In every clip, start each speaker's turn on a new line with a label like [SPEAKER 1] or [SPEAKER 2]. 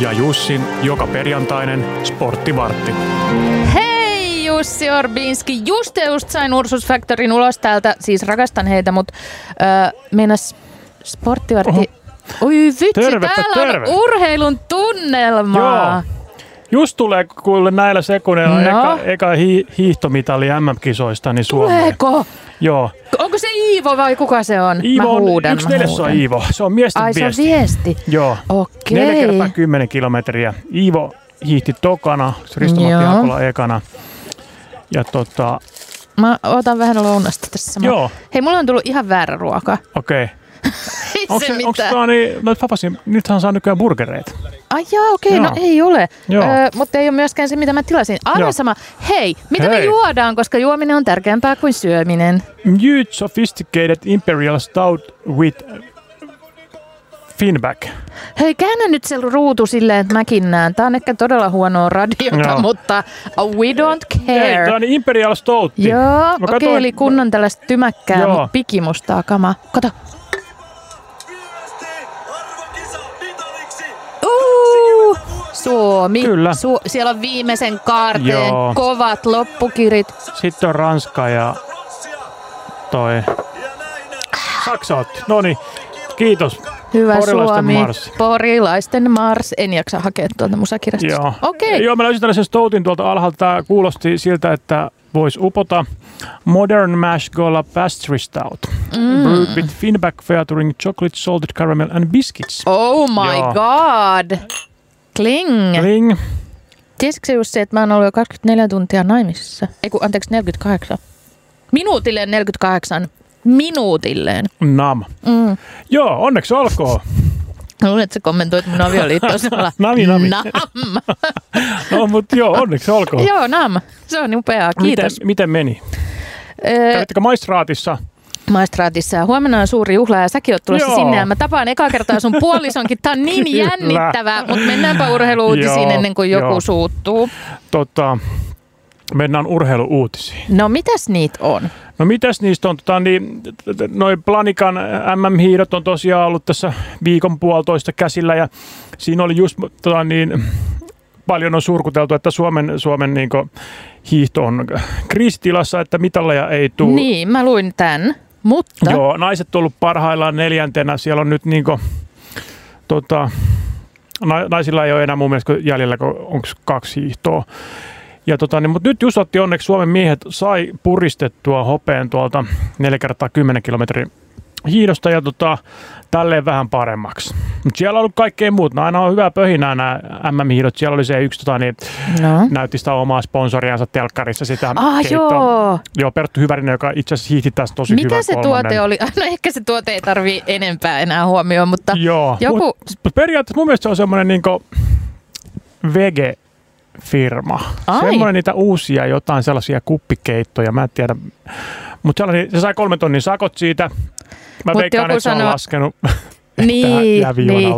[SPEAKER 1] ja Jussin joka perjantainen sporttivartti.
[SPEAKER 2] Hei Jussi Orbinski, just ja just sain Ursus Factorin ulos täältä, siis rakastan heitä, mutta öö, meinas sporttivartti... Oho. Oi vitsi,
[SPEAKER 1] Tervettä,
[SPEAKER 2] täällä
[SPEAKER 1] terve.
[SPEAKER 2] on urheilun tunnelmaa.
[SPEAKER 1] Joo. Just tulee kuule näillä sekunneilla
[SPEAKER 2] No.
[SPEAKER 1] eka, eka hi, hiihtomitali MM-kisoista niin Suomeen.
[SPEAKER 2] Tuleeko?
[SPEAKER 1] Joo.
[SPEAKER 2] Onko se Iivo vai kuka se on?
[SPEAKER 1] Iivo
[SPEAKER 2] mä huudan,
[SPEAKER 1] on yksi
[SPEAKER 2] mä
[SPEAKER 1] neljäsosa
[SPEAKER 2] huudan.
[SPEAKER 1] Iivo. Se on miesten
[SPEAKER 2] Ai se on
[SPEAKER 1] viesti.
[SPEAKER 2] viesti.
[SPEAKER 1] Joo.
[SPEAKER 2] Okei.
[SPEAKER 1] Neljä kertaa kymmenen kilometriä. Iivo hiihti tokana, Risto
[SPEAKER 2] Joo.
[SPEAKER 1] Matti Hakola ekana. Ja tota,
[SPEAKER 2] Mä otan vähän lounasta tässä samalla.
[SPEAKER 1] Joo.
[SPEAKER 2] Hei, mulla on tullut ihan väärä ruoka.
[SPEAKER 1] okei.
[SPEAKER 2] Ei
[SPEAKER 1] Onko
[SPEAKER 2] se,
[SPEAKER 1] se, onko
[SPEAKER 2] mitään.
[SPEAKER 1] tämä niin, mä tapasin, nythän saa nykyään burgereita.
[SPEAKER 2] Ai jaa, okei,
[SPEAKER 1] Joo.
[SPEAKER 2] no ei ole.
[SPEAKER 1] Joo.
[SPEAKER 2] mutta ei ole myöskään se, mitä mä tilasin.
[SPEAKER 1] Joo.
[SPEAKER 2] Aivan sama. Hei, mitä me
[SPEAKER 1] Hei.
[SPEAKER 2] juodaan, koska juominen on tärkeämpää kuin syöminen.
[SPEAKER 1] Mute Sophisticated Imperial Stout with Finback.
[SPEAKER 2] Hei, käännä nyt se ruutu silleen, että mäkin näen. Tää on ehkä todella huonoa radiota,
[SPEAKER 1] Joo.
[SPEAKER 2] mutta we don't
[SPEAKER 1] Ei,
[SPEAKER 2] care.
[SPEAKER 1] tämä on niin Imperial Stout.
[SPEAKER 2] Joo, okei, okay, eli kunnon tällaista tymäkkää,
[SPEAKER 1] Joo.
[SPEAKER 2] mutta pikimustaa kamaa. Kato. Uu, Suomi.
[SPEAKER 1] Kyllä.
[SPEAKER 2] Su- siellä on viimeisen kaarteen
[SPEAKER 1] Joo.
[SPEAKER 2] kovat loppukirit.
[SPEAKER 1] Sitten on Ranska ja toi Saksa otti. No niin, kiitos.
[SPEAKER 2] Hyvä
[SPEAKER 1] Porilaisten
[SPEAKER 2] Suomi.
[SPEAKER 1] marssi.
[SPEAKER 2] Porilaisten mars. En jaksa hakea tuolta musakirjastosta.
[SPEAKER 1] Joo.
[SPEAKER 2] Okei.
[SPEAKER 1] Joo, mä löysin tällaisen stoutin tuolta alhaalta. Tämä kuulosti siltä, että voisi upota. Modern Mash Gola Pastry Stout. Mm. Brewed with Finback featuring chocolate, salted caramel and biscuits.
[SPEAKER 2] Oh my
[SPEAKER 1] Joo.
[SPEAKER 2] god. Kling.
[SPEAKER 1] Ring.
[SPEAKER 2] Tiesitkö se just se, että mä oon ollut jo 24 tuntia naimisissa? Ei kun, anteeksi, 48. Minuutilleen 48. Minuutilleen.
[SPEAKER 1] Nam. Mm. Joo, onneksi olkoon.
[SPEAKER 2] Mä luulen, että sä kommentoit mun avioliittoa samalla.
[SPEAKER 1] Nami, nami.
[SPEAKER 2] Nam.
[SPEAKER 1] No, mutta joo, onneksi olkoon.
[SPEAKER 2] Joo, nam. Se on upeaa. Kiitos.
[SPEAKER 1] Miten,
[SPEAKER 2] Eh.
[SPEAKER 1] miten meni?
[SPEAKER 2] Öö,
[SPEAKER 1] Kävittekö maistraatissa?
[SPEAKER 2] maistraatissa. Ja Huomenna on suuri juhla ja säkin oot tulossa
[SPEAKER 1] Joo.
[SPEAKER 2] sinne. Ja mä tapaan ekaa kertaa sun puolisonkin. Tää on niin
[SPEAKER 1] Kyllä.
[SPEAKER 2] jännittävää, mutta mennäänpä urheiluutisiin
[SPEAKER 1] Joo,
[SPEAKER 2] ennen kuin joku
[SPEAKER 1] joo.
[SPEAKER 2] suuttuu.
[SPEAKER 1] Tota, mennään urheiluuutisiin.
[SPEAKER 2] No mitäs niitä on?
[SPEAKER 1] No mitäs niistä on? Tota, niin, t- t- noin Planikan eh, MM-hiidot on tosiaan ollut tässä viikon puolitoista käsillä ja siinä oli just tota, niin, paljon on surkuteltu, että Suomen, Suomen niin kuin, hiihto on kriisitilassa, että mitaleja ei tule.
[SPEAKER 2] Niin, mä luin tän. Mutta
[SPEAKER 1] Joo, naiset on ollut parhaillaan neljäntenä. Siellä on nyt niin kuin, tota, na- naisilla ei ole enää mun mielestä jäljellä, onko kaksi hiihtoa. Ja tota, niin, mutta nyt just otti onneksi Suomen miehet sai puristettua hopeen tuolta 4 kertaa 10 kilometrin hiidosta ja tota, tälleen vähän paremmaksi. Mutta siellä on ollut kaikkea muut. No, aina on hyvää pöhinää nämä MM-hiidot. Siellä oli se yksi, tota, niin,
[SPEAKER 2] no.
[SPEAKER 1] näytti sitä omaa sponsoriansa telkkarissa sitä
[SPEAKER 2] Ah,
[SPEAKER 1] keittoa.
[SPEAKER 2] joo.
[SPEAKER 1] Joo, Perttu Hyvärinen, joka itse asiassa hiihti tässä tosi hyvän
[SPEAKER 2] Mikä se
[SPEAKER 1] kolmannen.
[SPEAKER 2] tuote oli? No ehkä se tuote ei tarvii enempää enää huomioon, mutta
[SPEAKER 1] Joo,
[SPEAKER 2] joku...
[SPEAKER 1] Mut, mut periaatteessa mun mielestä se on semmoinen niinku vege firma.
[SPEAKER 2] Ai.
[SPEAKER 1] Semmoinen niitä uusia jotain sellaisia kuppikeittoja, mä en tiedä. Mutta se sai kolmen tonnin sakot siitä. Mä
[SPEAKER 2] Mut
[SPEAKER 1] veikkaan,
[SPEAKER 2] joku
[SPEAKER 1] että se on
[SPEAKER 2] sanoo-
[SPEAKER 1] laskenut
[SPEAKER 2] niin,
[SPEAKER 1] tähän
[SPEAKER 2] niin.
[SPEAKER 1] niin.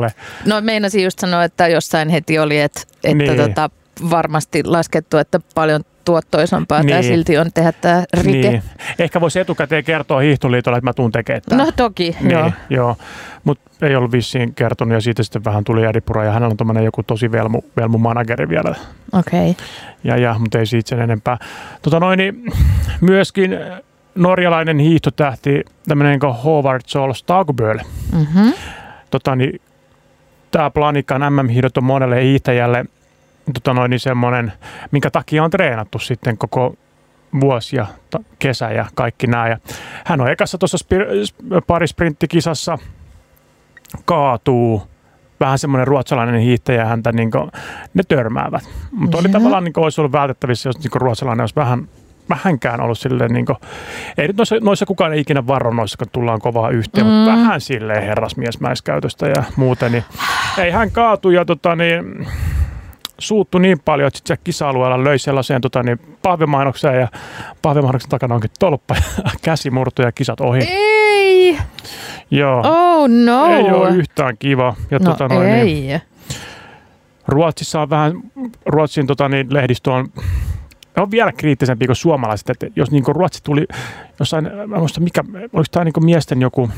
[SPEAKER 2] No meinasin just sanoa, että jossain heti oli, että, että
[SPEAKER 1] Niin.
[SPEAKER 2] niin. tota, varmasti laskettu, että paljon tuottoisampaa niin. tämä
[SPEAKER 1] Niin.
[SPEAKER 2] silti on tehdä tämä rike.
[SPEAKER 1] Niin. Ehkä voisi etukäteen kertoa hiihtoliitolle, että mä tuun tekemään tämän.
[SPEAKER 2] No toki,
[SPEAKER 1] Niin,
[SPEAKER 2] joo.
[SPEAKER 1] joo. joo. Mutta ei ollut vissiin kertonut ja siitä sitten vähän tuli äripura ja hänellä on tommonen joku tosi velmu, velmu manageri vielä.
[SPEAKER 2] Okei. Okay.
[SPEAKER 1] ja, ja mutta ei siitä sen enempää. Tota noin, niin myöskin norjalainen hiihtotähti, tämmöinen kuin Håvard Sol Stagbøl,
[SPEAKER 2] Mm-hmm.
[SPEAKER 1] tota niin, tämä Planikan MM-hiihdot on monelle hiihtäjälle tota noin, niin semmoinen, minkä takia on treenattu sitten koko vuosi ja ta- kesä ja kaikki nämä. Ja hän on ekassa tuossa spir- s- parisprinttikisassa kaatuu vähän semmoinen ruotsalainen hiihtäjä häntä, niin kuin, ne törmäävät. Mutta oli
[SPEAKER 2] Joo.
[SPEAKER 1] tavallaan niin kuin, olisi ollut vältettävissä, jos niin kuin, ruotsalainen olisi vähän vähänkään ollut silleen, niin kuin, ei nyt noissa, noissa kukaan ei ikinä varo noissa, kun tullaan kovaa yhteen, mm. mutta
[SPEAKER 2] Mm.
[SPEAKER 1] vähän silleen herrasmiesmäiskäytöstä ja muuten, niin ei hän kaatu ja tota, niin, suuttu niin paljon, että sitten kisa-alueella löi sellaiseen tota, niin, pahvimainokseen ja pahvimainoksen takana onkin tolppa ja käsi murtu ja kisat ohi.
[SPEAKER 2] Ei!
[SPEAKER 1] Joo.
[SPEAKER 2] Oh no!
[SPEAKER 1] Niin. Ah. Ei ole yhtään kiva. Ja,
[SPEAKER 2] no
[SPEAKER 1] tota, noin,
[SPEAKER 2] ei.
[SPEAKER 1] Niin, Ruotsissa on vähän, Ruotsin tota, niin, lehdistö on, he on vielä kriittisempi kuin suomalaiset. Että jos niin kuin Ruotsi tuli jossain, mä en muista mikä, oliko tämä niin miesten joku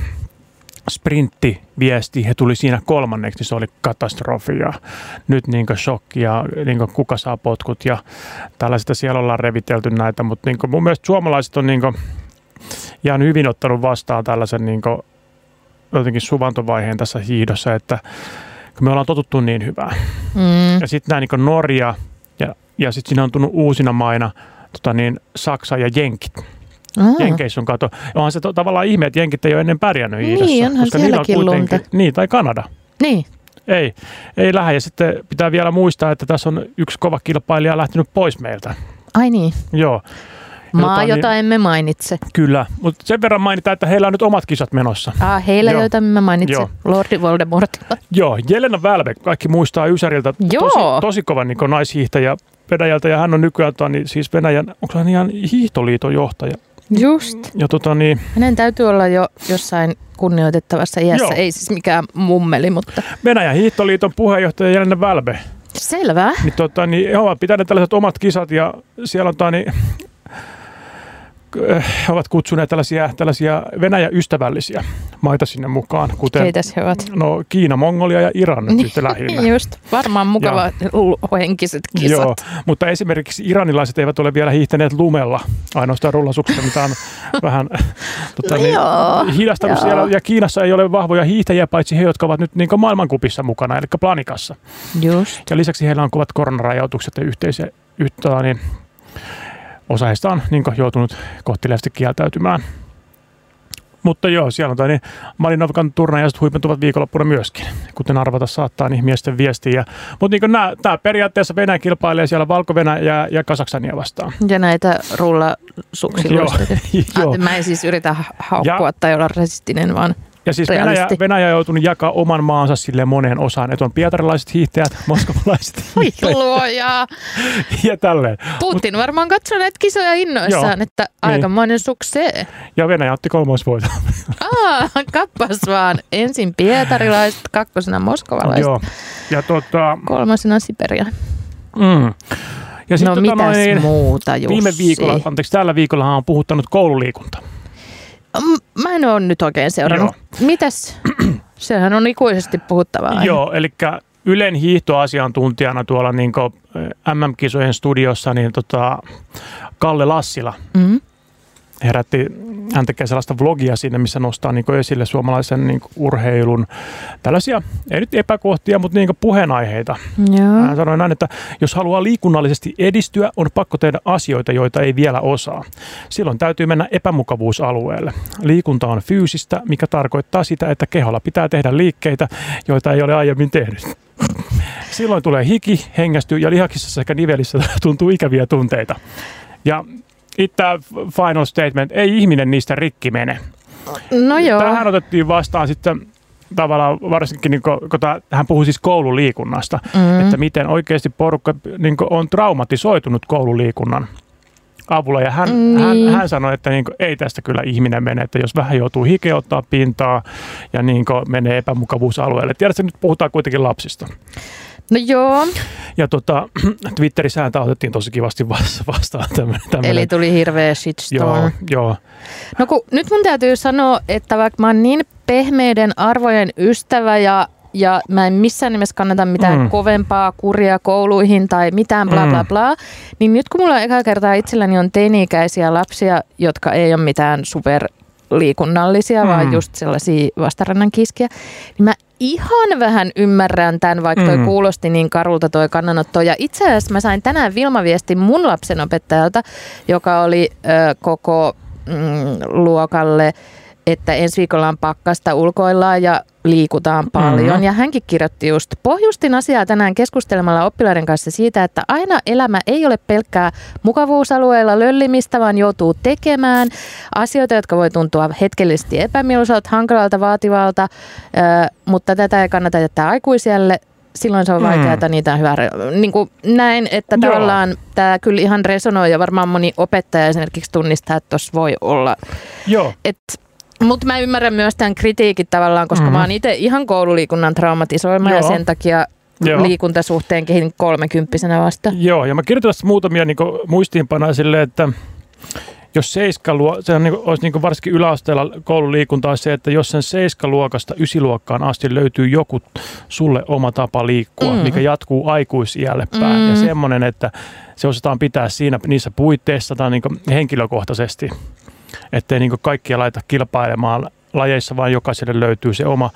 [SPEAKER 1] sprinttiviesti, he tuli siinä kolmanneksi, niin se oli katastrofi ja nyt niin shokki ja niin kuka saa potkut ja tällaista siellä ollaan revitelty näitä, mutta niin mun mielestä suomalaiset on niin ihan hyvin ottanut vastaan tällaisen niin jotenkin suvantovaiheen tässä hiidossa, että kun me ollaan totuttu niin hyvää. Mm. Ja sitten nämä niin Norja ja, ja sitten siinä on tullut uusina maina tota niin, Saksa ja Jenkit. Mm. Jenkeissä on kato. Onhan se to, tavallaan ihme, että jenkit ei ole ennen pärjännyt
[SPEAKER 2] Niin,
[SPEAKER 1] Iidassa,
[SPEAKER 2] onhan sielläkin lunta.
[SPEAKER 1] Niin, tai Kanada.
[SPEAKER 2] Niin.
[SPEAKER 1] Ei, ei lähde. Ja sitten pitää vielä muistaa, että tässä on yksi kova kilpailija lähtenyt pois meiltä.
[SPEAKER 2] Ai niin.
[SPEAKER 1] Joo. Ja
[SPEAKER 2] Maa,
[SPEAKER 1] tota,
[SPEAKER 2] jota emme mainitse.
[SPEAKER 1] Niin, kyllä, mutta sen verran mainitaan, että heillä on nyt omat kisat menossa.
[SPEAKER 2] Ah, heillä,
[SPEAKER 1] Joo.
[SPEAKER 2] joita emme mainitse.
[SPEAKER 1] Joo.
[SPEAKER 2] Lordi Voldemortilla.
[SPEAKER 1] Joo, Jelena Välbek, kaikki muistaa Ysäriltä,
[SPEAKER 2] Joo.
[SPEAKER 1] tosi, tosi kova niin naishiihtäjä Venäjältä, ja hän on nykyään tota, niin, siis Venäjän, onko hän ihan hiihtoliiton johtaja?
[SPEAKER 2] Just.
[SPEAKER 1] Ja tota niin,
[SPEAKER 2] Hänen täytyy olla jo jossain kunnioitettavassa iässä.
[SPEAKER 1] Joo.
[SPEAKER 2] Ei siis mikään mummeli, mutta
[SPEAKER 1] Venäjän hiihtoliiton puheenjohtaja Jelena Välbe,
[SPEAKER 2] selvä.
[SPEAKER 1] niin, tota, niin he ovat pitäneet tällaiset omat kisat ja siellä on, tota, niin, k- he ovat kutsuneet tällaisia, tällaisia Venäjä-ystävällisiä maita sinne mukaan, kuten
[SPEAKER 2] Keitäs he ovat?
[SPEAKER 1] no, Kiina, Mongolia ja Iran nyt sitten lähinnä.
[SPEAKER 2] Just, varmaan mukava henkiset kisat.
[SPEAKER 1] Joo, mutta esimerkiksi iranilaiset eivät ole vielä hiihtäneet lumella, ainoastaan rullasuksella, mitä on vähän tota,
[SPEAKER 2] No
[SPEAKER 1] niin,
[SPEAKER 2] joo,
[SPEAKER 1] hidastanut
[SPEAKER 2] joo.
[SPEAKER 1] siellä. Ja Kiinassa ei ole vahvoja hiihtäjiä, paitsi he, jotka ovat nyt niin maailmankupissa mukana, eli planikassa.
[SPEAKER 2] Just.
[SPEAKER 1] Ja lisäksi heillä on kovat koronarajoitukset ja yhteisiä, yhtä, niin osa heistä on niin joutunut kohteliaasti kieltäytymään. Mutta joo, siellä on tämä niin Malinovkan turnajaiset huipentuvat viikonloppuna myöskin, kuten arvata saattaa niin miesten viestiä. Mutta niin tämä periaatteessa Venäjä kilpailee siellä valko ja, ja Kasaksania vastaan.
[SPEAKER 2] Ja näitä rullasuksilla.
[SPEAKER 1] Joo.
[SPEAKER 2] luistelijoita.
[SPEAKER 1] joo.
[SPEAKER 2] Ah, Mä en siis yritä ha- haukkua
[SPEAKER 1] Ja-
[SPEAKER 2] tai olla rasistinen, vaan
[SPEAKER 1] Ja siis Venäjä,
[SPEAKER 2] realisti.
[SPEAKER 1] Venäjä on joutunut jakaa oman maansa sille moneen osaan, että on pietarilaiset hiihtäjät, moskovalaiset
[SPEAKER 2] Oi
[SPEAKER 1] hiihtäjät
[SPEAKER 2] luoja.
[SPEAKER 1] ja tälleen.
[SPEAKER 2] Putin varmaan katsoo näitä kisoja innoissaan,
[SPEAKER 1] Joo. Niin.
[SPEAKER 2] että aikamoinen suksee.
[SPEAKER 1] Ja Venäjä otti kolmoisvoiton.
[SPEAKER 2] Aa, kappas vaan. Ensin pietarilaiset, kakkosena moskovalaiset,
[SPEAKER 1] Joo. Ja tota,
[SPEAKER 2] kolmasena Siberia.
[SPEAKER 1] Mm. Ja
[SPEAKER 2] no
[SPEAKER 1] sitten
[SPEAKER 2] mitäs
[SPEAKER 1] tota noin,
[SPEAKER 2] muuta, Jussi?
[SPEAKER 1] viime viikolla, anteeksi, tällä viikolla on puhuttanut koululiikunta.
[SPEAKER 2] M- Mä en ole nyt oikein seurannut. Mitäs? Sehän on ikuisesti puhuttavaa. aihe.
[SPEAKER 1] Joo, eli Ylen hiihtoasiantuntijana tuolla niin MM-kisojen studiossa niin tota, Kalle Lassila
[SPEAKER 2] Mm.
[SPEAKER 1] herätti, hän tekee sellaista vlogia sinne, missä nostaa niin esille suomalaisen niin urheilun tällaisia, ei nyt epäkohtia, mutta niin puheenaiheita.
[SPEAKER 2] Joo.
[SPEAKER 1] Hän sanoi näin, että jos haluaa liikunnallisesti edistyä, on pakko tehdä asioita, joita ei vielä osaa. Silloin täytyy mennä epämukavuusalueelle. Liikunta on fyysistä, mikä tarkoittaa sitä, että keholla pitää tehdä liikkeitä, joita ei ole aiemmin tehnyt. Silloin tulee hiki, hengästy ja lihaksissa sekä nivelissä tuntuu ikäviä tunteita. Ja itse tämä final statement, ei ihminen niistä rikki mene.
[SPEAKER 2] No joo.
[SPEAKER 1] Tähän otettiin vastaan sitten tavallaan varsinkin, niin kun, kun tää- hän puhui siis koululiikunnasta,
[SPEAKER 2] Mm.
[SPEAKER 1] että miten oikeasti porukka niin on traumatisoitunut koululiikunnan avulla. Ja hän,
[SPEAKER 2] Mm, niin.
[SPEAKER 1] hän, hän sanoi, että niin ei tästä kyllä ihminen mene, että jos vähän joutuu hikeä ottaa pintaa ja niin menee epämukavuusalueelle. Tiedätkö, nyt puhutaan kuitenkin lapsista.
[SPEAKER 2] No joo,
[SPEAKER 1] Ja tota, Twitterissä häntä otettiin tosi kivasti vas- vastaan tämmöinen.
[SPEAKER 2] eli tuli hirveä shitstorm.
[SPEAKER 1] Joo, joo.
[SPEAKER 2] No kun, nyt mun täytyy sanoa, että vaikka mä oon niin pehmeiden arvojen ystävä ja, ja mä en missään nimessä kannata mitään mm.
[SPEAKER 1] Mm.
[SPEAKER 2] kovempaa kuria kouluihin tai mitään bla bla
[SPEAKER 1] Mm.
[SPEAKER 2] bla, niin nyt kun mulla on eka kertaa itselläni on teini-ikäisiä lapsia, jotka ei ole mitään super liikunnallisia, mm. vaan
[SPEAKER 1] Mm.
[SPEAKER 2] just sellaisia vastarannan kiskiä, niin mä ihan vähän ymmärrän tämän, vaikka toi
[SPEAKER 1] Mm.
[SPEAKER 2] kuulosti niin karulta toi kannanotto. Ja itse asiassa mä sain tänään Vilma-viestin mun lapsen opettajalta, joka oli ö, koko mm, luokalle, että ensi viikolla on pakkasta ulkoillaan ja liikutaan paljon.
[SPEAKER 1] Mhm.
[SPEAKER 2] Ja hänkin kirjoitti just, pohjustin asiaa tänään keskustelemalla oppilaiden kanssa siitä, että aina elämä ei ole pelkkää mukavuusalueella löllimistä, vaan joutuu tekemään asioita, jotka voi tuntua hetkellisesti epämieluisalta, hankalalta, vaativalta, ö, mutta tätä ei kannata jättää aikuiselle. Silloin se on
[SPEAKER 1] Mm.
[SPEAKER 2] vaikeaa, mm. niitä on hyvä. re- Niin kuin näin, että
[SPEAKER 1] Joo.
[SPEAKER 2] tavallaan tämä kyllä ihan resonoi ja varmaan moni opettaja esimerkiksi tunnistaa, että tuossa voi olla
[SPEAKER 1] Joo.
[SPEAKER 2] mutta mä ymmärrän myös tämän kritiikin tavallaan, koska mm.
[SPEAKER 1] Mhm.
[SPEAKER 2] mä oon itse ihan koululiikunnan traumatisoima ja
[SPEAKER 1] Joo.
[SPEAKER 2] sen takia
[SPEAKER 1] Joo.
[SPEAKER 2] liikuntasuhteen kehin kolmekymppisenä vasta.
[SPEAKER 1] niinku Joo, ja mä kirjoitan tässä muutamia niin muistiinpanoja silleen, että jos seiskaluo, se on niin, olisi niin varsinkin yläasteella koululiikunta olisi se, että jos sen seiskaluokasta ysiluokkaan asti löytyy joku sulle oma tapa liikkua, mm. mikä jatkuu aikuisiälle päin. Mm. Ja semmoinen, että se osataan pitää siinä niissä puitteissa tai niin henkilökohtaisesti, ettei niin kaikkia laita kilpailemaan lajeissa, vaan jokaiselle löytyy se oma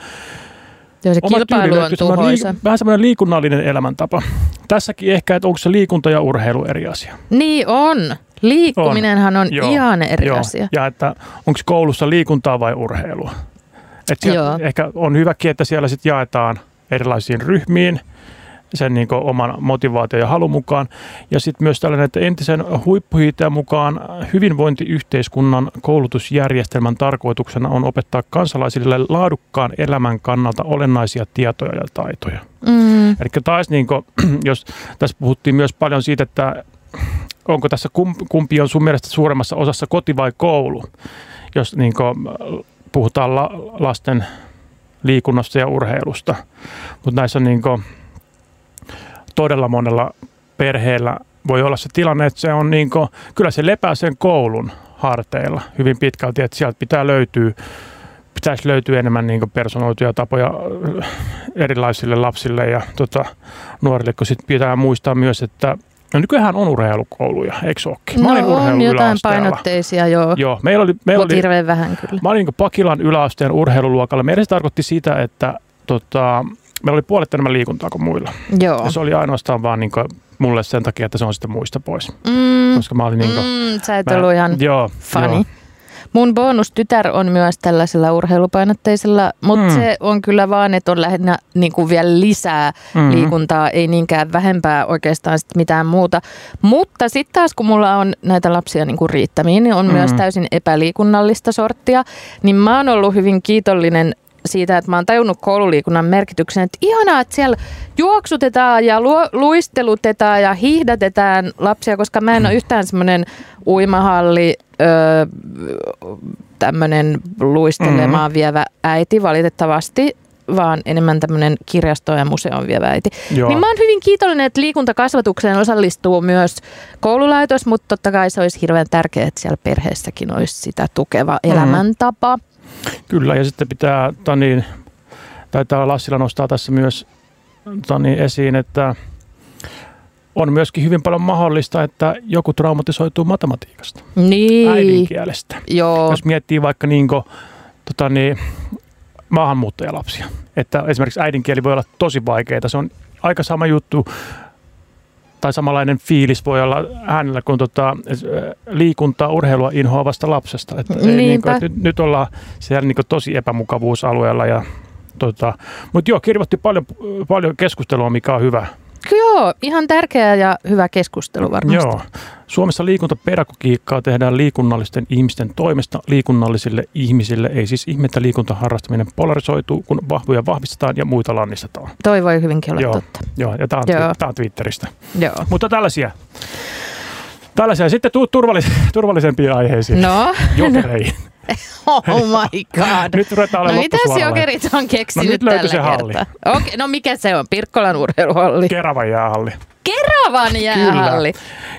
[SPEAKER 2] Joo, se kilpailu on tuhoisa.
[SPEAKER 1] Liik- vähän semmoinen liikunnallinen elämäntapa. Tässäkin ehkä, että onko se liikunta ja urheilu eri asia.
[SPEAKER 2] Niin on. Liikkuminenhan on, on joo, ihan eri
[SPEAKER 1] joo.
[SPEAKER 2] asia.
[SPEAKER 1] Ja että onko koulussa liikuntaa vai urheilua. Et siellä ehkä on hyväkin, että siellä sitten jaetaan erilaisiin ryhmiin sen niin oman motivaation ja halun mukaan. Ja sitten myös tällainen, että entisen huippuhiiteen mukaan hyvinvointiyhteiskunnan koulutusjärjestelmän tarkoituksena on opettaa kansalaisille laadukkaan elämän kannalta olennaisia tietoja ja taitoja. Mm. Eli taas, niin kuin, jos tässä puhuttiin myös paljon siitä, että onko tässä kumpi on sun mielestä suuremmassa osassa koti vai koulu, jos niin kuin, puhutaan la- lasten liikunnasta ja urheilusta. Mutta näissä on niin kuin, todella monella perheellä voi olla se tilanne, että se on niin kuin, kyllä se lepää sen koulun harteilla hyvin pitkälti, että sieltä pitää löytyä, pitäisi löytyä enemmän niin personoituja tapoja äh, erilaisille lapsille ja tota, nuorille, kun sitten pitää muistaa myös, että No nykyään on urheilukouluja, eikö ookin?
[SPEAKER 2] Mä no olin on jotain painotteisia, joo.
[SPEAKER 1] joo meillä oli, meillä oli,
[SPEAKER 2] hirveän vähän kyllä.
[SPEAKER 1] Mä olin niin Pakilan yläasteen urheiluluokalla. Meidän se tarkoitti sitä, että tota, meillä oli puolet enemmän liikuntaa kuin muilla.
[SPEAKER 2] Joo.
[SPEAKER 1] Ja se oli ainoastaan vaan niin kuin mulle sen takia, että se on sitten muista pois. Mm. Koska mä olin niin kuin,
[SPEAKER 2] mm, sä et mä, ollut ihan joo, fani. Joo. Mun bonustytär on myös tällaisella urheilupainotteisella, mutta mm. se on kyllä vaan, että on lähinnä niin kuin vielä lisää mm-hmm. liikuntaa, ei niinkään vähempää oikeastaan sit mitään muuta. Mutta sitten taas kun mulla on näitä lapsia niin kuin riittämiin, niin on mm-hmm. myös täysin epäliikunnallista sorttia, niin mä oon ollut hyvin kiitollinen siitä, että mä oon tajunnut koululiikunnan merkityksen. Että ihanaa, että siellä juoksutetaan ja lu- luistelutetaan ja hiihdätetään lapsia, koska mä en ole yhtään semmoinen uimahalli öö, tämmöinen luistelemaan mm-hmm. vievä äiti valitettavasti vaan enemmän tämmöinen kirjasto- ja museon vievä äiti. Joo. Niin mä oon hyvin kiitollinen, että liikuntakasvatukseen osallistuu myös koululaitos, mutta totta kai se olisi hirveän tärkeää, että siellä perheessäkin olisi sitä tukeva
[SPEAKER 1] Mhm.
[SPEAKER 2] mm-hmm. elämäntapa.
[SPEAKER 1] Kyllä, ja sitten pitää, tani, taitaa Lassila nostaa tässä myös tani, esiin, että on myöskin hyvin paljon mahdollista, että joku traumatisoituu matematiikasta,
[SPEAKER 2] niin.
[SPEAKER 1] äidinkielestä.
[SPEAKER 2] Joo.
[SPEAKER 1] Jos miettii vaikka niin kuin, tota niin, maahanmuuttajalapsia, että esimerkiksi äidinkieli voi olla tosi vaikeaa. Se on aika sama juttu tai samanlainen fiilis voi olla hänellä kuin tota, liikuntaa, urheilua inhoavasta lapsesta. Että ei, niin kuin, että nyt, nyt ollaan siellä niin kuin, tosi epämukavuusalueella. Ja, tota, mutta joo, kirjoitti paljon, paljon keskustelua, mikä on hyvä.
[SPEAKER 2] Joo, ihan tärkeä ja hyvä keskustelu varmasti.
[SPEAKER 1] Joo. Suomessa liikuntapedagogiikkaa tehdään liikunnallisten ihmisten toimesta liikunnallisille ihmisille. Ei siis ihme, että liikuntaharrastaminen polarisoituu, kun vahvoja vahvistetaan ja muita lannistetaan.
[SPEAKER 2] Toi voi hyvinkin olla
[SPEAKER 1] joo,
[SPEAKER 2] totta.
[SPEAKER 1] Joo, ja tämä on, joo. Twi- on Twitteristä.
[SPEAKER 2] Joo.
[SPEAKER 1] Mutta tällaisia. Tällaisia. Sitten tuu turvallis- turvallisempiin aiheisiin.
[SPEAKER 2] No.
[SPEAKER 1] Jokereihin.
[SPEAKER 2] No. Oh my god.
[SPEAKER 1] nyt ruvetaan
[SPEAKER 2] olemaan No mitäs jokerit on keksinyt
[SPEAKER 1] no, nyt
[SPEAKER 2] tällä
[SPEAKER 1] se
[SPEAKER 2] kertaa.
[SPEAKER 1] halli.
[SPEAKER 2] Okei, okay, no mikä se on? Pirkkolan urheiluhalli.
[SPEAKER 1] Keravan jäähalli.
[SPEAKER 2] Keravan jäähalli.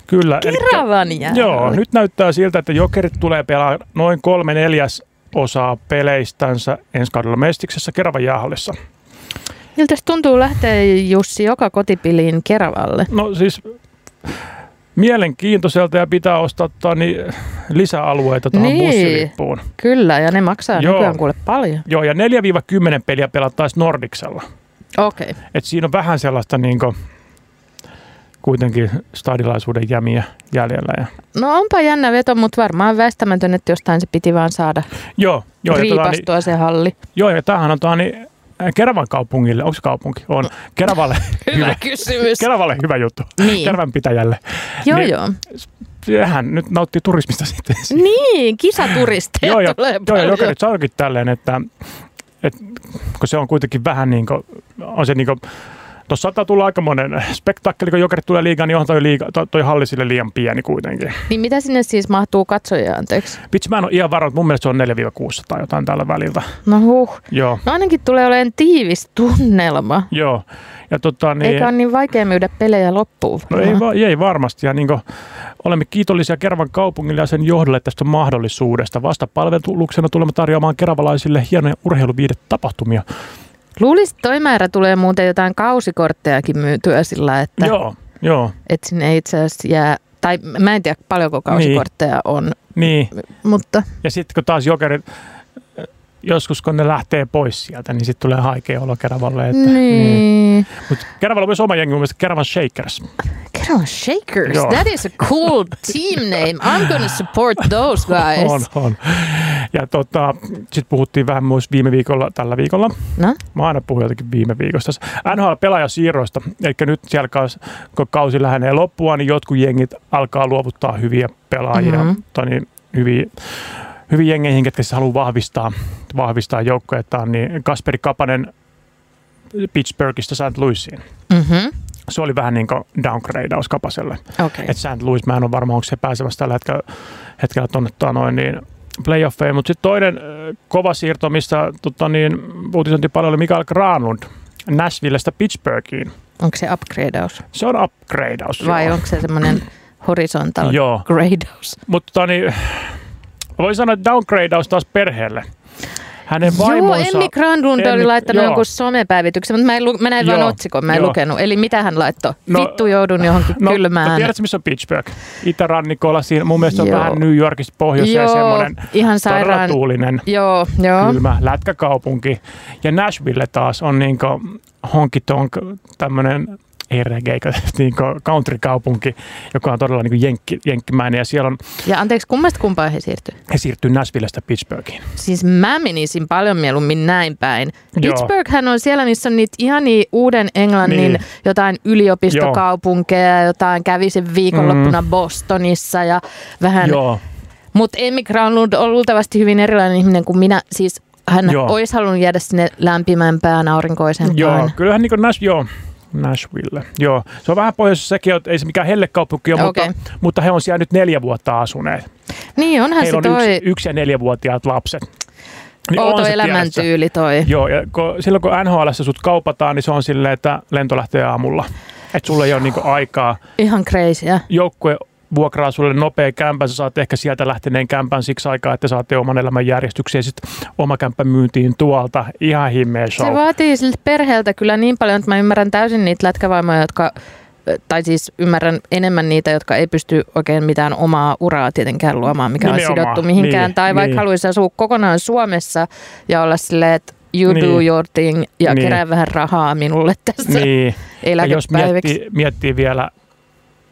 [SPEAKER 1] Kyllä.
[SPEAKER 2] Kyllä. Keravan jäähalli.
[SPEAKER 1] Joo, nyt näyttää siltä, että jokerit tulee pelaa noin kolme neljäs osaa peleistänsä ensi kaudella Mestiksessä Keravan jäähallissa.
[SPEAKER 2] Miltä tuntuu lähteä Jussi joka kotipiliin Keravalle?
[SPEAKER 1] No siis mielenkiintoiselta ja pitää ostaa niin lisäalueita tuohon niin. bussilippuun.
[SPEAKER 2] Kyllä, ja ne maksaa Joo. nykyään kuule paljon.
[SPEAKER 1] Joo, ja 4-10 peliä pelattaisiin Nordiksella.
[SPEAKER 2] Okei. Okay.
[SPEAKER 1] Et siinä on vähän sellaista niin kuin, kuitenkin stadilaisuuden jämiä jäljellä. Ja.
[SPEAKER 2] No onpa jännä veto, mutta varmaan väistämätön, että jostain se piti vaan saada
[SPEAKER 1] joo, joo,
[SPEAKER 2] riipastua tota, niin, se halli.
[SPEAKER 1] Joo, ja tämähän on tota, niin, Keravan kaupungille, onko se kaupunki? On. Keravalle
[SPEAKER 2] hyvä, hyvä kysymys.
[SPEAKER 1] Keravalle hyvä juttu.
[SPEAKER 2] Niin.
[SPEAKER 1] Keravan pitäjälle.
[SPEAKER 2] Joo, niin, joo.
[SPEAKER 1] Hän nyt nauttii turismista sitten.
[SPEAKER 2] Niin, kisaturisteja
[SPEAKER 1] joo, ja,
[SPEAKER 2] tulee
[SPEAKER 1] joo, paljon. Joo, jokerit sanoikin tälleen, että, että kun se on kuitenkin vähän niin kuin, on se niin kuin, Tuossa saattaa tulla aika monen spektakkeli, kun jokerit tulee liikaa, niin onhan toi, liiga, toi, toi halli sille liian pieni kuitenkin.
[SPEAKER 2] Niin mitä sinne siis mahtuu katsojia, anteeksi?
[SPEAKER 1] Vitsi, mä en ole ihan varma, mutta mun mielestä se on 4-6 tai jotain tällä väliltä.
[SPEAKER 2] No huh.
[SPEAKER 1] Joo,
[SPEAKER 2] No ainakin tulee olemaan tiivis tunnelma.
[SPEAKER 1] joo. Ja tota,
[SPEAKER 2] Niin.
[SPEAKER 1] niin,
[SPEAKER 2] Eikä ole niin vaikea myydä pelejä loppuun.
[SPEAKER 1] No ei, va- ei varmasti. Ja niin olemme kiitollisia Kervan kaupungille ja sen johdolle tästä mahdollisuudesta. Vastapalveluksena tulemme tarjoamaan keravalaisille hienoja urheiluviidetapahtumia.
[SPEAKER 2] Luulisi, että toi määrä tulee muuten jotain kausikorttejakin myytyä sillä, että
[SPEAKER 1] Joo, joo.
[SPEAKER 2] et sinne ei itse asiassa jää, tai mä en tiedä paljonko kausikortteja niin. on,
[SPEAKER 1] Niin.
[SPEAKER 2] mutta
[SPEAKER 1] Ja sitten kun taas jokerit, äh, joskus kun ne lähtee pois sieltä, niin sitten tulee haikea olo Keravalle. Että, Mm.
[SPEAKER 2] niin. niin.
[SPEAKER 1] Mutta Keravalla on myös oma jengi, mun mielestä Keravan Shakers.
[SPEAKER 2] Kerala Shakers,
[SPEAKER 1] Joo.
[SPEAKER 2] that is a cool team name. I'm gonna support those guys.
[SPEAKER 1] On, on. Ja tota, sitten puhuttiin vähän myös viime viikolla, tällä viikolla.
[SPEAKER 2] No?
[SPEAKER 1] Mä aina puhun jotenkin viime viikosta. NHL-pelaajasiirroista, eli nyt siellä kaus- kun kausi lähenee loppua, niin jotkut jengit alkaa luovuttaa hyviä pelaajia,
[SPEAKER 2] Mhm.
[SPEAKER 1] mm-hmm. tai niin, hyviä, hyviä jengeihin, ketkä siis haluaa vahvistaa, vahvistaa joukkuettaan, niin Kasperi Kapanen Pittsburghista St. Louisiin.
[SPEAKER 2] Mm-hmm.
[SPEAKER 1] Se oli vähän niin kuin downgradeaus Kapaselle.
[SPEAKER 2] Okei.
[SPEAKER 1] Et St. Louis, mä en ole varma, onko se pääsemässä tällä hetkellä, hetkellä tuonne tota noin, niin playoffeihin. Mutta sitten toinen ö, kova siirto, mistä tota, niin, uutisointi paljon oli Mikael Granlund Nashvillestä Pittsburghiin.
[SPEAKER 2] Onko se upgradeaus
[SPEAKER 1] Se on upgradeaus.
[SPEAKER 2] vai
[SPEAKER 1] joo.
[SPEAKER 2] onko se semmoinen horizontal
[SPEAKER 1] Joo,
[SPEAKER 2] gradeaus?
[SPEAKER 1] mutta tota, niin, voin sanoa, että downgradeaus taas perheelle. Hänen
[SPEAKER 2] Joo,
[SPEAKER 1] vaimonsa...
[SPEAKER 2] Emmi Granlund
[SPEAKER 1] Emmi-
[SPEAKER 2] oli laittanut
[SPEAKER 1] joo.
[SPEAKER 2] jonkun somepäivityksen, mutta mä, en lu, mä näin vain
[SPEAKER 1] Joo,
[SPEAKER 2] otsikon, mä en
[SPEAKER 1] joo.
[SPEAKER 2] lukenut. Eli mitä hän laittoi? No,
[SPEAKER 1] No,
[SPEAKER 2] Vittu joudun johonkin no,
[SPEAKER 1] no,
[SPEAKER 2] kylmään.
[SPEAKER 1] tiedätkö, missä on Pittsburgh? Itärannikolla siinä. Mun mielestä se on
[SPEAKER 2] Joo.
[SPEAKER 1] vähän New Yorkista pohjoiseen semmoinen
[SPEAKER 2] ihan
[SPEAKER 1] todella
[SPEAKER 2] sairaan.
[SPEAKER 1] tuulinen.
[SPEAKER 2] Joo, joo.
[SPEAKER 1] kylmä lätkäkaupunki. Ja Nashville taas on niinku honky tonk tämmöinen ei reggae, eikä niinku country-kaupunki, joka on todella niinku jenkki, jenkkimäinen. Ja siellä on,
[SPEAKER 2] Ja anteeksi, kummasta kumpaan he siirtyy?
[SPEAKER 1] he siirtyy Nashvillestä Pittsburghiin.
[SPEAKER 2] Siis mä menisin paljon mieluummin näin päin.
[SPEAKER 1] Joo.
[SPEAKER 2] Pittsburghhän on siellä, missä on niitä ihania uuden Englannin niin.
[SPEAKER 1] Niin.
[SPEAKER 2] jotain yliopistokaupunkeja, jotain kävisin viikonloppuna mm. Bostonissa ja vähän
[SPEAKER 1] Joo,
[SPEAKER 2] Mutta Emmi Granlund on luultavasti hyvin erilainen ihminen kuin minä. Siis hän
[SPEAKER 1] Joo.
[SPEAKER 2] olisi halunnut jäädä sinne lämpimämpään, aurinkoisempaan.
[SPEAKER 1] joo. Kyllähän niinku Nash, joo. Nashville. Joo. Se on vähän pohjoisessa sekin, on, ei se mikään hellekaupunki ole,
[SPEAKER 2] Okei.
[SPEAKER 1] okay. mutta, mutta, he on siellä nyt neljä vuotta asuneet.
[SPEAKER 2] Niin onhan
[SPEAKER 1] Heillä on
[SPEAKER 2] se toi
[SPEAKER 1] yksi, yksi, ja neljävuotiaat lapset. Niin
[SPEAKER 2] outo
[SPEAKER 1] on se, tiedätkö?
[SPEAKER 2] elämäntyyli toi.
[SPEAKER 1] Joo, ja kun, silloin kun NHL sut kaupataan, niin se on silleen, että lento lähtee aamulla. Että sulla ei ole niinku aikaa.
[SPEAKER 2] Ihan crazyä.
[SPEAKER 1] Joukkue vuokraa sulle nopea kämpän, sä saat ehkä sieltä lähteneen kämpän siksi aikaa, että saatte oman elämän järjestykseen. Sitten oma kämppä myyntiin tuolta. Ihan himmeä show.
[SPEAKER 2] Se vaatii siltä perheeltä kyllä niin paljon, että mä ymmärrän täysin niitä lätkävaimoja, jotka tai siis ymmärrän enemmän niitä, jotka ei pysty oikein mitään omaa uraa tietenkään luomaan, mikä on
[SPEAKER 1] Nimenomaan,
[SPEAKER 2] sidottu mihinkään.
[SPEAKER 1] niin,
[SPEAKER 2] tai vaikka
[SPEAKER 1] niin.
[SPEAKER 2] haluaisi asua kokonaan Suomessa ja olla silleen, että you niin.
[SPEAKER 1] Niin.
[SPEAKER 2] do your thing ja niin.
[SPEAKER 1] Niin.
[SPEAKER 2] kerää vähän rahaa minulle tässä niin.
[SPEAKER 1] niin. Ja jos
[SPEAKER 2] eläkepäiviksi.
[SPEAKER 1] miettii, miettii vielä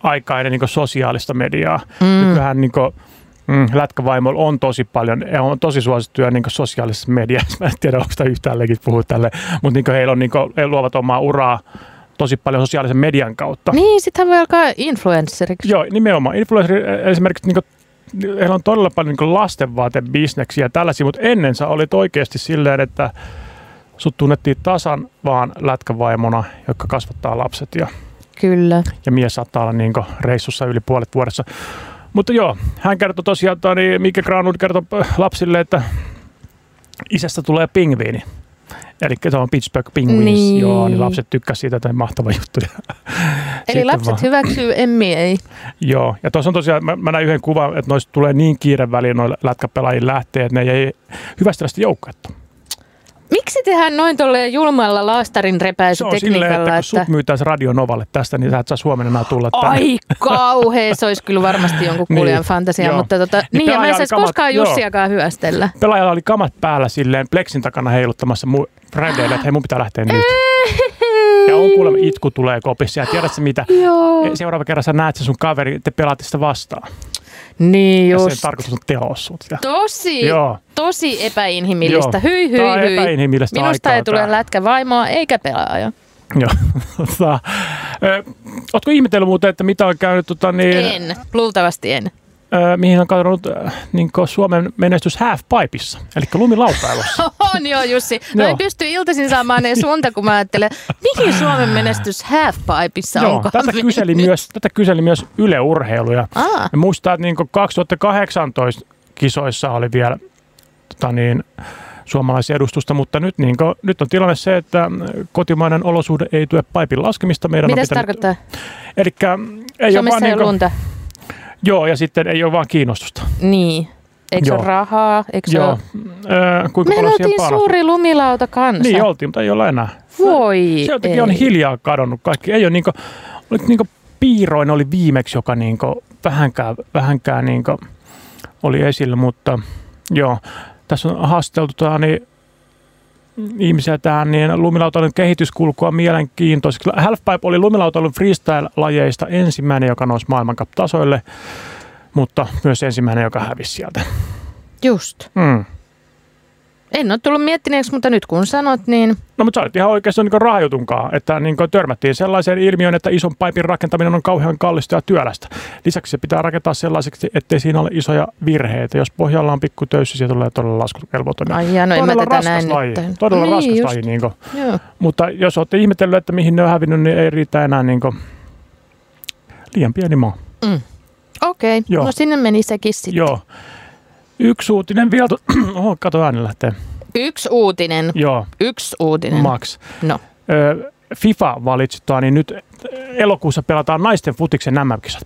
[SPEAKER 1] aikaa ennen niin sosiaalista mediaa,
[SPEAKER 2] Mm.
[SPEAKER 1] mm. kyllähän niin kuin, Mm, lätkävaimoilla on tosi paljon, he on tosi suosittuja niin sosiaalisessa mediassa. Mä en tiedä, onko sitä yhtään legit puhua tälle, mutta niin heillä on, niin kuin, he luovat omaa uraa tosi paljon sosiaalisen median kautta.
[SPEAKER 2] Niin, sittenhän voi alkaa influenceriksi.
[SPEAKER 1] Joo, nimenomaan. Influencer esimerkiksi niin kuin, heillä on todella paljon niin lastenvaatebisneksiä ja tällaisia, mutta ennen sä olit oikeasti silleen, että sut tunnettiin tasan vaan lätkävaimona, joka kasvattaa lapset ja
[SPEAKER 2] Kyllä.
[SPEAKER 1] ja mies saattaa olla niin reissussa yli puolet vuodessa. Mutta joo, hän kertoi tosiaan, tai niin Mikke Granlund kertoi äh, lapsille, että isästä tulee pingviini. Eli se on Pittsburgh Penguins.
[SPEAKER 2] Niin.
[SPEAKER 1] Niin. Joo, niin lapset tykkäsivät siitä, että mahtava juttu. Ja
[SPEAKER 2] Eli
[SPEAKER 1] sitten
[SPEAKER 2] lapset
[SPEAKER 1] vaan-
[SPEAKER 2] hyväksyy, Emmi ei.
[SPEAKER 1] Joo, ja tuossa on tosiaan, mä, mä näin yhden kuvan, että noista tulee niin kiire väliin noille lätkäpelaajille lähtee, että ne ei hyvästä sitä joukkuetta.
[SPEAKER 2] Miksi tehdään noin tolleen julmalla laastarin
[SPEAKER 1] Se on
[SPEAKER 2] repäisytekniikalla?
[SPEAKER 1] silleen, että kun
[SPEAKER 2] että...
[SPEAKER 1] sut myytäisiin Radio Novalle tästä, niin sä et saa huomenna enää tulla tänne.
[SPEAKER 2] Ai kauhea, se olisi kyllä varmasti jonkun
[SPEAKER 1] Niin,
[SPEAKER 2] kuulijan fantasia,
[SPEAKER 1] joo.
[SPEAKER 2] mutta tota, niin,
[SPEAKER 1] Niin
[SPEAKER 2] ja mä en
[SPEAKER 1] pelaaja oli
[SPEAKER 2] saisi
[SPEAKER 1] kamat-
[SPEAKER 2] koskaan
[SPEAKER 1] joo.
[SPEAKER 2] Jussiakaan hyvästellä.
[SPEAKER 1] pelaajalla oli kamat päällä silleen pleksin takana heiluttamassa mu- frändeille, että hei mun pitää lähteä nyt. Ja on kuulemma itku tulee kopissa ja tiedätkö mitä? E,
[SPEAKER 2] Joo.
[SPEAKER 1] Seuraava kerran sä näet sen sun kaveri, te pelaatte sitä vastaan. Just.
[SPEAKER 2] Niin
[SPEAKER 1] Ja
[SPEAKER 2] just. Niin.
[SPEAKER 1] sen tarkoitus on tehoa sut. Ja,
[SPEAKER 2] Tosi,
[SPEAKER 1] joo,
[SPEAKER 2] tosi epäinhimillistä.
[SPEAKER 1] Joo.
[SPEAKER 2] Hyi, hyi,
[SPEAKER 1] Tää on
[SPEAKER 2] hyi.
[SPEAKER 1] epäinhimillistä
[SPEAKER 2] Minusta
[SPEAKER 1] aikaa
[SPEAKER 2] ei tule
[SPEAKER 1] tää.
[SPEAKER 2] lätkä vaimoa eikä pelaaja.
[SPEAKER 1] joo. tota, ö, ootko ihmetellyt muuten, että mitä on käynyt tota, niin,
[SPEAKER 2] En, luultavasti en.
[SPEAKER 1] ö, mihin on kadonnut ö, niin Suomen menestys halfpipeissa, eli lumilautailussa.
[SPEAKER 2] On joo, Jussi. Mä en
[SPEAKER 1] Joo.
[SPEAKER 2] pysty iltaisin saamaan ne sunta, kun mä ajattelen, mihin Suomen menestys halfpipeissa
[SPEAKER 1] Joo,
[SPEAKER 2] onkaan
[SPEAKER 1] tätä kyseli,
[SPEAKER 2] mennyt?
[SPEAKER 1] myös, tätä kyseli myös Yle Urheilu. Ja
[SPEAKER 2] Aa,
[SPEAKER 1] ja muistan, että niin 2018 kisoissa oli vielä tota niin, suomalaisia edustusta, mutta nyt, niin kuin, nyt on tilanne se, että kotimainen olosuhde ei tue paipin laskemista. Meidän
[SPEAKER 2] mitä
[SPEAKER 1] on
[SPEAKER 2] se
[SPEAKER 1] pitänyt,
[SPEAKER 2] tarkoittaa?
[SPEAKER 1] Elikkä ei ole
[SPEAKER 2] Suomessa
[SPEAKER 1] vaan
[SPEAKER 2] ei
[SPEAKER 1] niin
[SPEAKER 2] ole
[SPEAKER 1] kuin,
[SPEAKER 2] lunta.
[SPEAKER 1] joo, ja sitten ei ole vaan kiinnostusta.
[SPEAKER 2] Niin. Eikö se
[SPEAKER 1] Joo.
[SPEAKER 2] ole rahaa? Eikö se
[SPEAKER 1] Joo.
[SPEAKER 2] ole?
[SPEAKER 1] Öö, kuinka paljon
[SPEAKER 2] Me
[SPEAKER 1] siihen
[SPEAKER 2] oltiin
[SPEAKER 1] panostetaan?
[SPEAKER 2] suuri lumilauta kanssa.
[SPEAKER 1] Niin oltiin, mutta ei ole enää.
[SPEAKER 2] Voi
[SPEAKER 1] Se
[SPEAKER 2] ei.
[SPEAKER 1] jotenkin on hiljaa kadonnut kaikki. Ei ole niinku, oli niinku piiroin oli viimeksi, joka niinku vähänkään, vähänkään niinku oli esillä, mutta joo. Tässä on haasteltu tota, niin, ihmisiä tähän niin lumilautailun kehityskulkua mielenkiintoiseksi. Halfpipe oli lumilautailun freestyle-lajeista ensimmäinen, joka nousi maailmankap-tasoille, mutta myös ensimmäinen, joka hävisi sieltä.
[SPEAKER 2] Just.
[SPEAKER 1] Mm.
[SPEAKER 2] En ole tullut miettineeksi, mutta nyt kun sanot, niin
[SPEAKER 1] No mutta sä olit ihan oikeassa niin rahajutunkaan, että niin törmättiin sellaiseen ilmiöön, että ison paipin rakentaminen on kauhean kallista ja työlästä. Lisäksi se pitää rakentaa sellaiseksi, ettei siinä ole isoja virheitä. Jos pohjalla on pikku töyssi, se tulee todella laskukelvoton.
[SPEAKER 2] ai jaa, no en mä
[SPEAKER 1] todella
[SPEAKER 2] tätä
[SPEAKER 1] raskas
[SPEAKER 2] näin
[SPEAKER 1] laji,
[SPEAKER 2] nyt.
[SPEAKER 1] todella
[SPEAKER 2] niin,
[SPEAKER 1] raskas
[SPEAKER 2] just.
[SPEAKER 1] laji. Niin kuin.
[SPEAKER 2] Joo.
[SPEAKER 1] Mutta jos olette ihmetellyt, että mihin ne on hävinnyt, niin ei riitä enää niin kuin liian pieni maa.
[SPEAKER 2] Okei, okay.
[SPEAKER 1] Joo.
[SPEAKER 2] no sinne meni sekin sitten.
[SPEAKER 1] Joo. Yksi uutinen vielä. tu- Oho, kato ääni lähtee.
[SPEAKER 2] Yksi uutinen,
[SPEAKER 1] Joo,
[SPEAKER 2] yksi uutinen.
[SPEAKER 1] Max.
[SPEAKER 2] no.
[SPEAKER 1] Ö, FIFA valitsi, tota, niin nyt elokuussa pelataan naisten futiksen MM-kisat.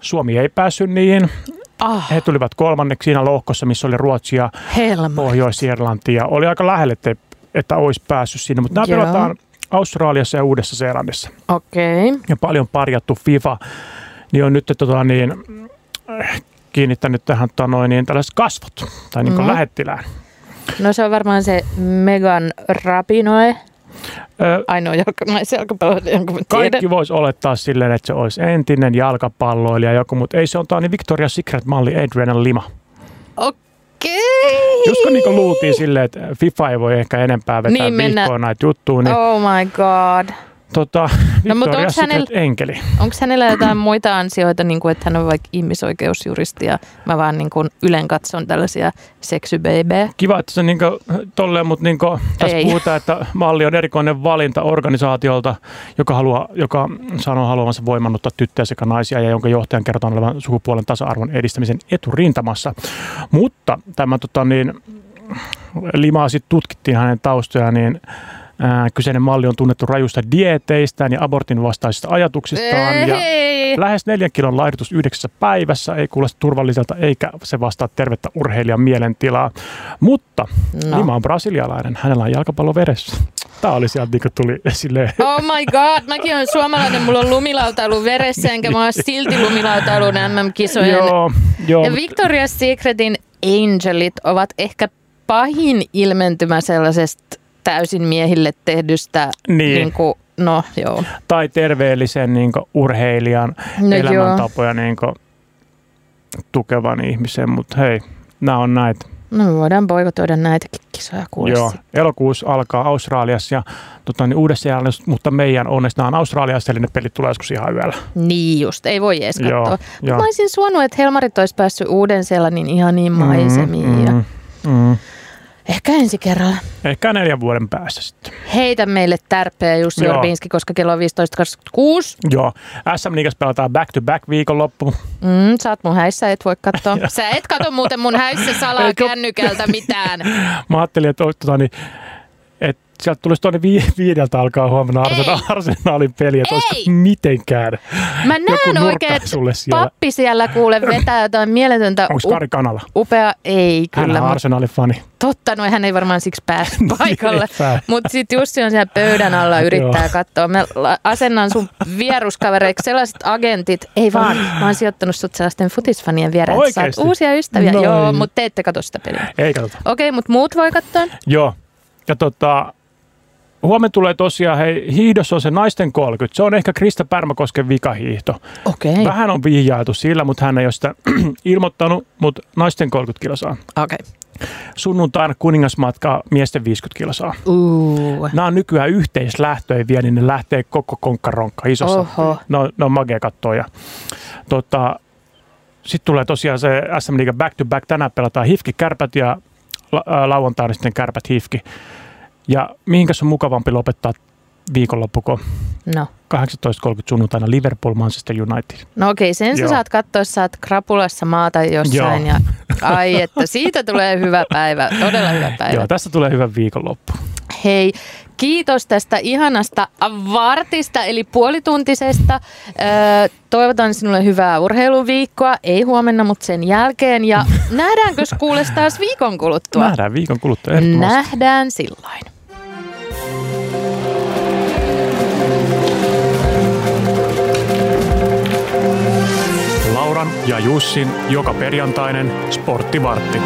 [SPEAKER 1] Suomi ei päässyt niihin.
[SPEAKER 2] Ah,
[SPEAKER 1] He tulivat kolmanneksi siinä lohkossa, missä oli Ruotsi ja
[SPEAKER 2] helma.
[SPEAKER 1] Pohjois-Irlanti. Ja oli aika lähelle, että, että olisi päässyt sinne. Mutta nämä
[SPEAKER 2] Joo.
[SPEAKER 1] pelataan Australiassa ja Uudessa-Seelannissa.
[SPEAKER 2] Okei. Okay.
[SPEAKER 1] Ja paljon parjattu FIFA niin on nyt tota, niin, äh, kiinnittänyt tähän tota, noin, niin, tällaiset kasvot tai niin
[SPEAKER 2] Mhm.
[SPEAKER 1] mm-hmm. lähettilään.
[SPEAKER 2] No se on varmaan se Megan Rapinoe,
[SPEAKER 1] Ö,
[SPEAKER 2] ainoa jalka, naisjalkapallo, jonka mä tiedän.
[SPEAKER 1] Kaikki voisi olettaa silleen, että se olisi entinen jalkapalloilija joku, mutta ei se on tää niin Victoria's Secret-malli Adriana Lima.
[SPEAKER 2] Okei.
[SPEAKER 1] Just kun niinku luultiin silleen, että FIFA ei voi ehkä enempää vetää
[SPEAKER 2] Niin,
[SPEAKER 1] niin,
[SPEAKER 2] mennä-
[SPEAKER 1] viikkoon näitä juttuja, niin oh.
[SPEAKER 2] Oh my god.
[SPEAKER 1] tota,
[SPEAKER 2] No, mut
[SPEAKER 1] Victoria's
[SPEAKER 2] onks
[SPEAKER 1] Secret
[SPEAKER 2] hänellä-
[SPEAKER 1] enkeli.
[SPEAKER 2] Onko hänellä jotain muita ansioita, niin kuin, että hän on vaikka ihmisoikeusjuristi ja mä vaan niin kuin ylen katson tällaisia seksybeibejä?
[SPEAKER 1] Kiva, että se niinku, tolleen, mutta niinku, tässä
[SPEAKER 2] Ei.
[SPEAKER 1] ei. puhutaan, että malli on erikoinen valinta organisaatiolta, joka, haluaa, joka sanoo haluavansa voimannuttaa tyttöjä sekä naisia ja jonka johtajan kerrotaan olevan sukupuolen tasa-arvon edistämisen eturintamassa. Mutta tämä tota, niin, limaa sitten tutkittiin hänen taustojaan, niin ää, kyseinen malli on tunnettu rajusta dieteistään ja abortin vastaisista ajatuksistaan. Ja
[SPEAKER 2] Ei.
[SPEAKER 1] Lähes neljän kilon laihdutus yhdeksässä päivässä ei kuulosta turvalliselta eikä se vastaa tervettä urheilijan mielentilaa. Mutta no.
[SPEAKER 2] No.
[SPEAKER 1] Lima on brasilialainen, hänellä on jalkapallo veressä. Tämä oli sieltä, niin kun tuli esille.
[SPEAKER 2] Oh my god, mäkin olen suomalainen, mulla on lumilautailu veressä, enkä mä oon silti lumilautailun MM-kisojen
[SPEAKER 1] Joo, joo.
[SPEAKER 2] Ja
[SPEAKER 1] mut-
[SPEAKER 2] Victoria's Secretin Angelit ovat ehkä pahin ilmentymä sellaisesta täysin miehille tehdystä, niin.
[SPEAKER 1] Niin.
[SPEAKER 2] Niin kuin, no joo.
[SPEAKER 1] Tai terveellisen niin kuin, urheilijan
[SPEAKER 2] No
[SPEAKER 1] no
[SPEAKER 2] joo,
[SPEAKER 1] elämäntapoja niin kuin, tukevan ihmisen, mutta hei, nämä on näitä.
[SPEAKER 2] no me voidaan boikotoida näitäkin kisoja
[SPEAKER 1] Joo,
[SPEAKER 2] kuulessa.
[SPEAKER 1] elokuussa alkaa Australiassa ja tota, niin uudessa mutta meidän onneksi nämä on Australiassa, eli ne pelit tulee joskus ihan yöllä.
[SPEAKER 2] Niin just, ei voi edes
[SPEAKER 1] Joo,
[SPEAKER 2] katsoa.
[SPEAKER 1] joo.
[SPEAKER 2] Mä olisin suonut, että Helmarit olisi päässyt uuden niin ihan niin maisemiin. Mm, mm.
[SPEAKER 1] mm, mm.
[SPEAKER 2] Ehkä ensi kerralla.
[SPEAKER 1] Ehkä neljän vuoden päässä sitten.
[SPEAKER 2] Heitä meille tärpeä Jussi
[SPEAKER 1] Joo.
[SPEAKER 2] Orbinski, koska kello on 15.26.
[SPEAKER 1] Joo. SM Liigassa pelataan back-to-back viikonloppu.
[SPEAKER 2] Mm, sä oot mun häissä, et voi katsoa.
[SPEAKER 1] Joo.
[SPEAKER 2] Sä et kato muuten mun häissä salaa
[SPEAKER 1] Eikö-
[SPEAKER 2] kännykältä mitään.
[SPEAKER 1] Mä ajattelin, että, olisi tota, niin, että sieltä tulisi tuonne vi- viideltä alkaa huomenna
[SPEAKER 2] Ei.
[SPEAKER 1] Arsena- arsenaalin peli, että
[SPEAKER 2] Ei.
[SPEAKER 1] olisiko mitenkään.
[SPEAKER 2] Mä
[SPEAKER 1] Joku
[SPEAKER 2] näen
[SPEAKER 1] nurkka
[SPEAKER 2] oikein, että
[SPEAKER 1] sulle siellä.
[SPEAKER 2] pappi siellä kuule vetää jotain mieletöntä
[SPEAKER 1] Onko Kari Kanala?
[SPEAKER 2] u- upea. Ei
[SPEAKER 1] Hän
[SPEAKER 2] Uh. kyllä,
[SPEAKER 1] on
[SPEAKER 2] mutta
[SPEAKER 1] Arsenaalin fani.
[SPEAKER 2] totta, no hän ei varmaan siksi pääse paikalle.
[SPEAKER 1] Niin, Ei pää.
[SPEAKER 2] Mutta sitten Jussi on siellä pöydän alla yrittää
[SPEAKER 1] Joo.
[SPEAKER 2] katsoa. Mä la- asennan sun vieruskavereiksi sellaiset agentit. Ei vaan, mä oon sijoittanut sut sellaisten futisfanien viereen, että saat
[SPEAKER 1] Oikeesti?
[SPEAKER 2] uusia ystäviä.
[SPEAKER 1] Noin.
[SPEAKER 2] Joo, mutta te ette katso sitä peliä.
[SPEAKER 1] Ei katsota.
[SPEAKER 2] Okei, mutta muut voi katsoa.
[SPEAKER 1] Joo. Ja tota, huomenna tulee tosiaan, hei, hiihdossa on se naisten 30. Se on ehkä Krista Pärmäkosken vikahiihto.
[SPEAKER 2] Okei.
[SPEAKER 1] Ei. Vähän on vihjailtu sillä, mutta hän ei ole sitä ilmoittanut, mutta naisten 30 kilsaa.
[SPEAKER 2] Okei.
[SPEAKER 1] Sunnuntaina kuningasmatka miesten 50 kilsaa.
[SPEAKER 2] Uu.
[SPEAKER 1] Nämä on nykyään yhteislähtöjä vielä, niin ne lähtee koko konkkaronkka isossa. No,
[SPEAKER 2] Oho.
[SPEAKER 1] Ne on, ne on magea kattoja. Tota, sitten tulee tosiaan se SM Liiga back to back. Tänään pelataan hifki kärpät ja la- ää, lauantaina sitten kärpät hifki. Ja mihinkäs on mukavampi lopettaa viikonloppuko
[SPEAKER 2] No.
[SPEAKER 1] 18.30 sunnuntaina Liverpool Manchester United.
[SPEAKER 2] No okei, sen sä
[SPEAKER 1] Joo.
[SPEAKER 2] saat katsoa, jos sä oot krapulassa maata jossain.
[SPEAKER 1] Joo.
[SPEAKER 2] Ja, ai että, siitä tulee hyvä päivä, todella hyvä päivä.
[SPEAKER 1] Joo, tästä tulee hyvä viikonloppu.
[SPEAKER 2] Hei, kiitos tästä ihanasta vartista, eli puolituntisesta. Öö, toivotan sinulle hyvää urheiluviikkoa, ei huomenna, mutta sen jälkeen. Ja nähdäänkö kuules taas viikon kuluttua?
[SPEAKER 1] Nähdään viikon kuluttua ehdottomasti.
[SPEAKER 2] Nähdään silloin.
[SPEAKER 1] Lauran ja Jussin joka perjantainen sporttivartti.